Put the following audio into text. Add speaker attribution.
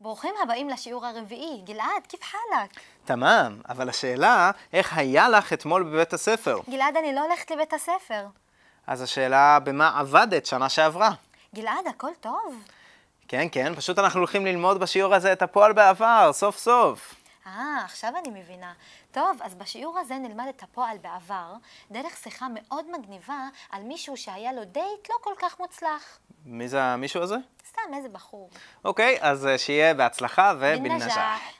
Speaker 1: ברוכים הבאים לשיעור הרביעי. גלעד, כיף חלק?
Speaker 2: תמם, אבל השאלה, איך היה לך אתמול בבית הספר?
Speaker 1: גלעד, אני לא הולכת לבית הספר.
Speaker 2: אז השאלה, במה עבדת שנה שעברה?
Speaker 1: גלעד, הכל טוב?
Speaker 2: כן, כן, פשוט אנחנו הולכים ללמוד בשיעור הזה את הפועל בעבר, סוף סוף.
Speaker 1: אה, עכשיו אני מבינה. טוב, אז בשיעור הזה נלמד את הפועל בעבר, דרך שיחה מאוד מגניבה על מישהו שהיה לו דייט לא כל כך מוצלח.
Speaker 2: מי זה המישהו הזה?
Speaker 1: סתם, איזה בחור.
Speaker 2: אוקיי, אז אה, שיהיה בהצלחה ובנג'אח.
Speaker 1: بالنجاح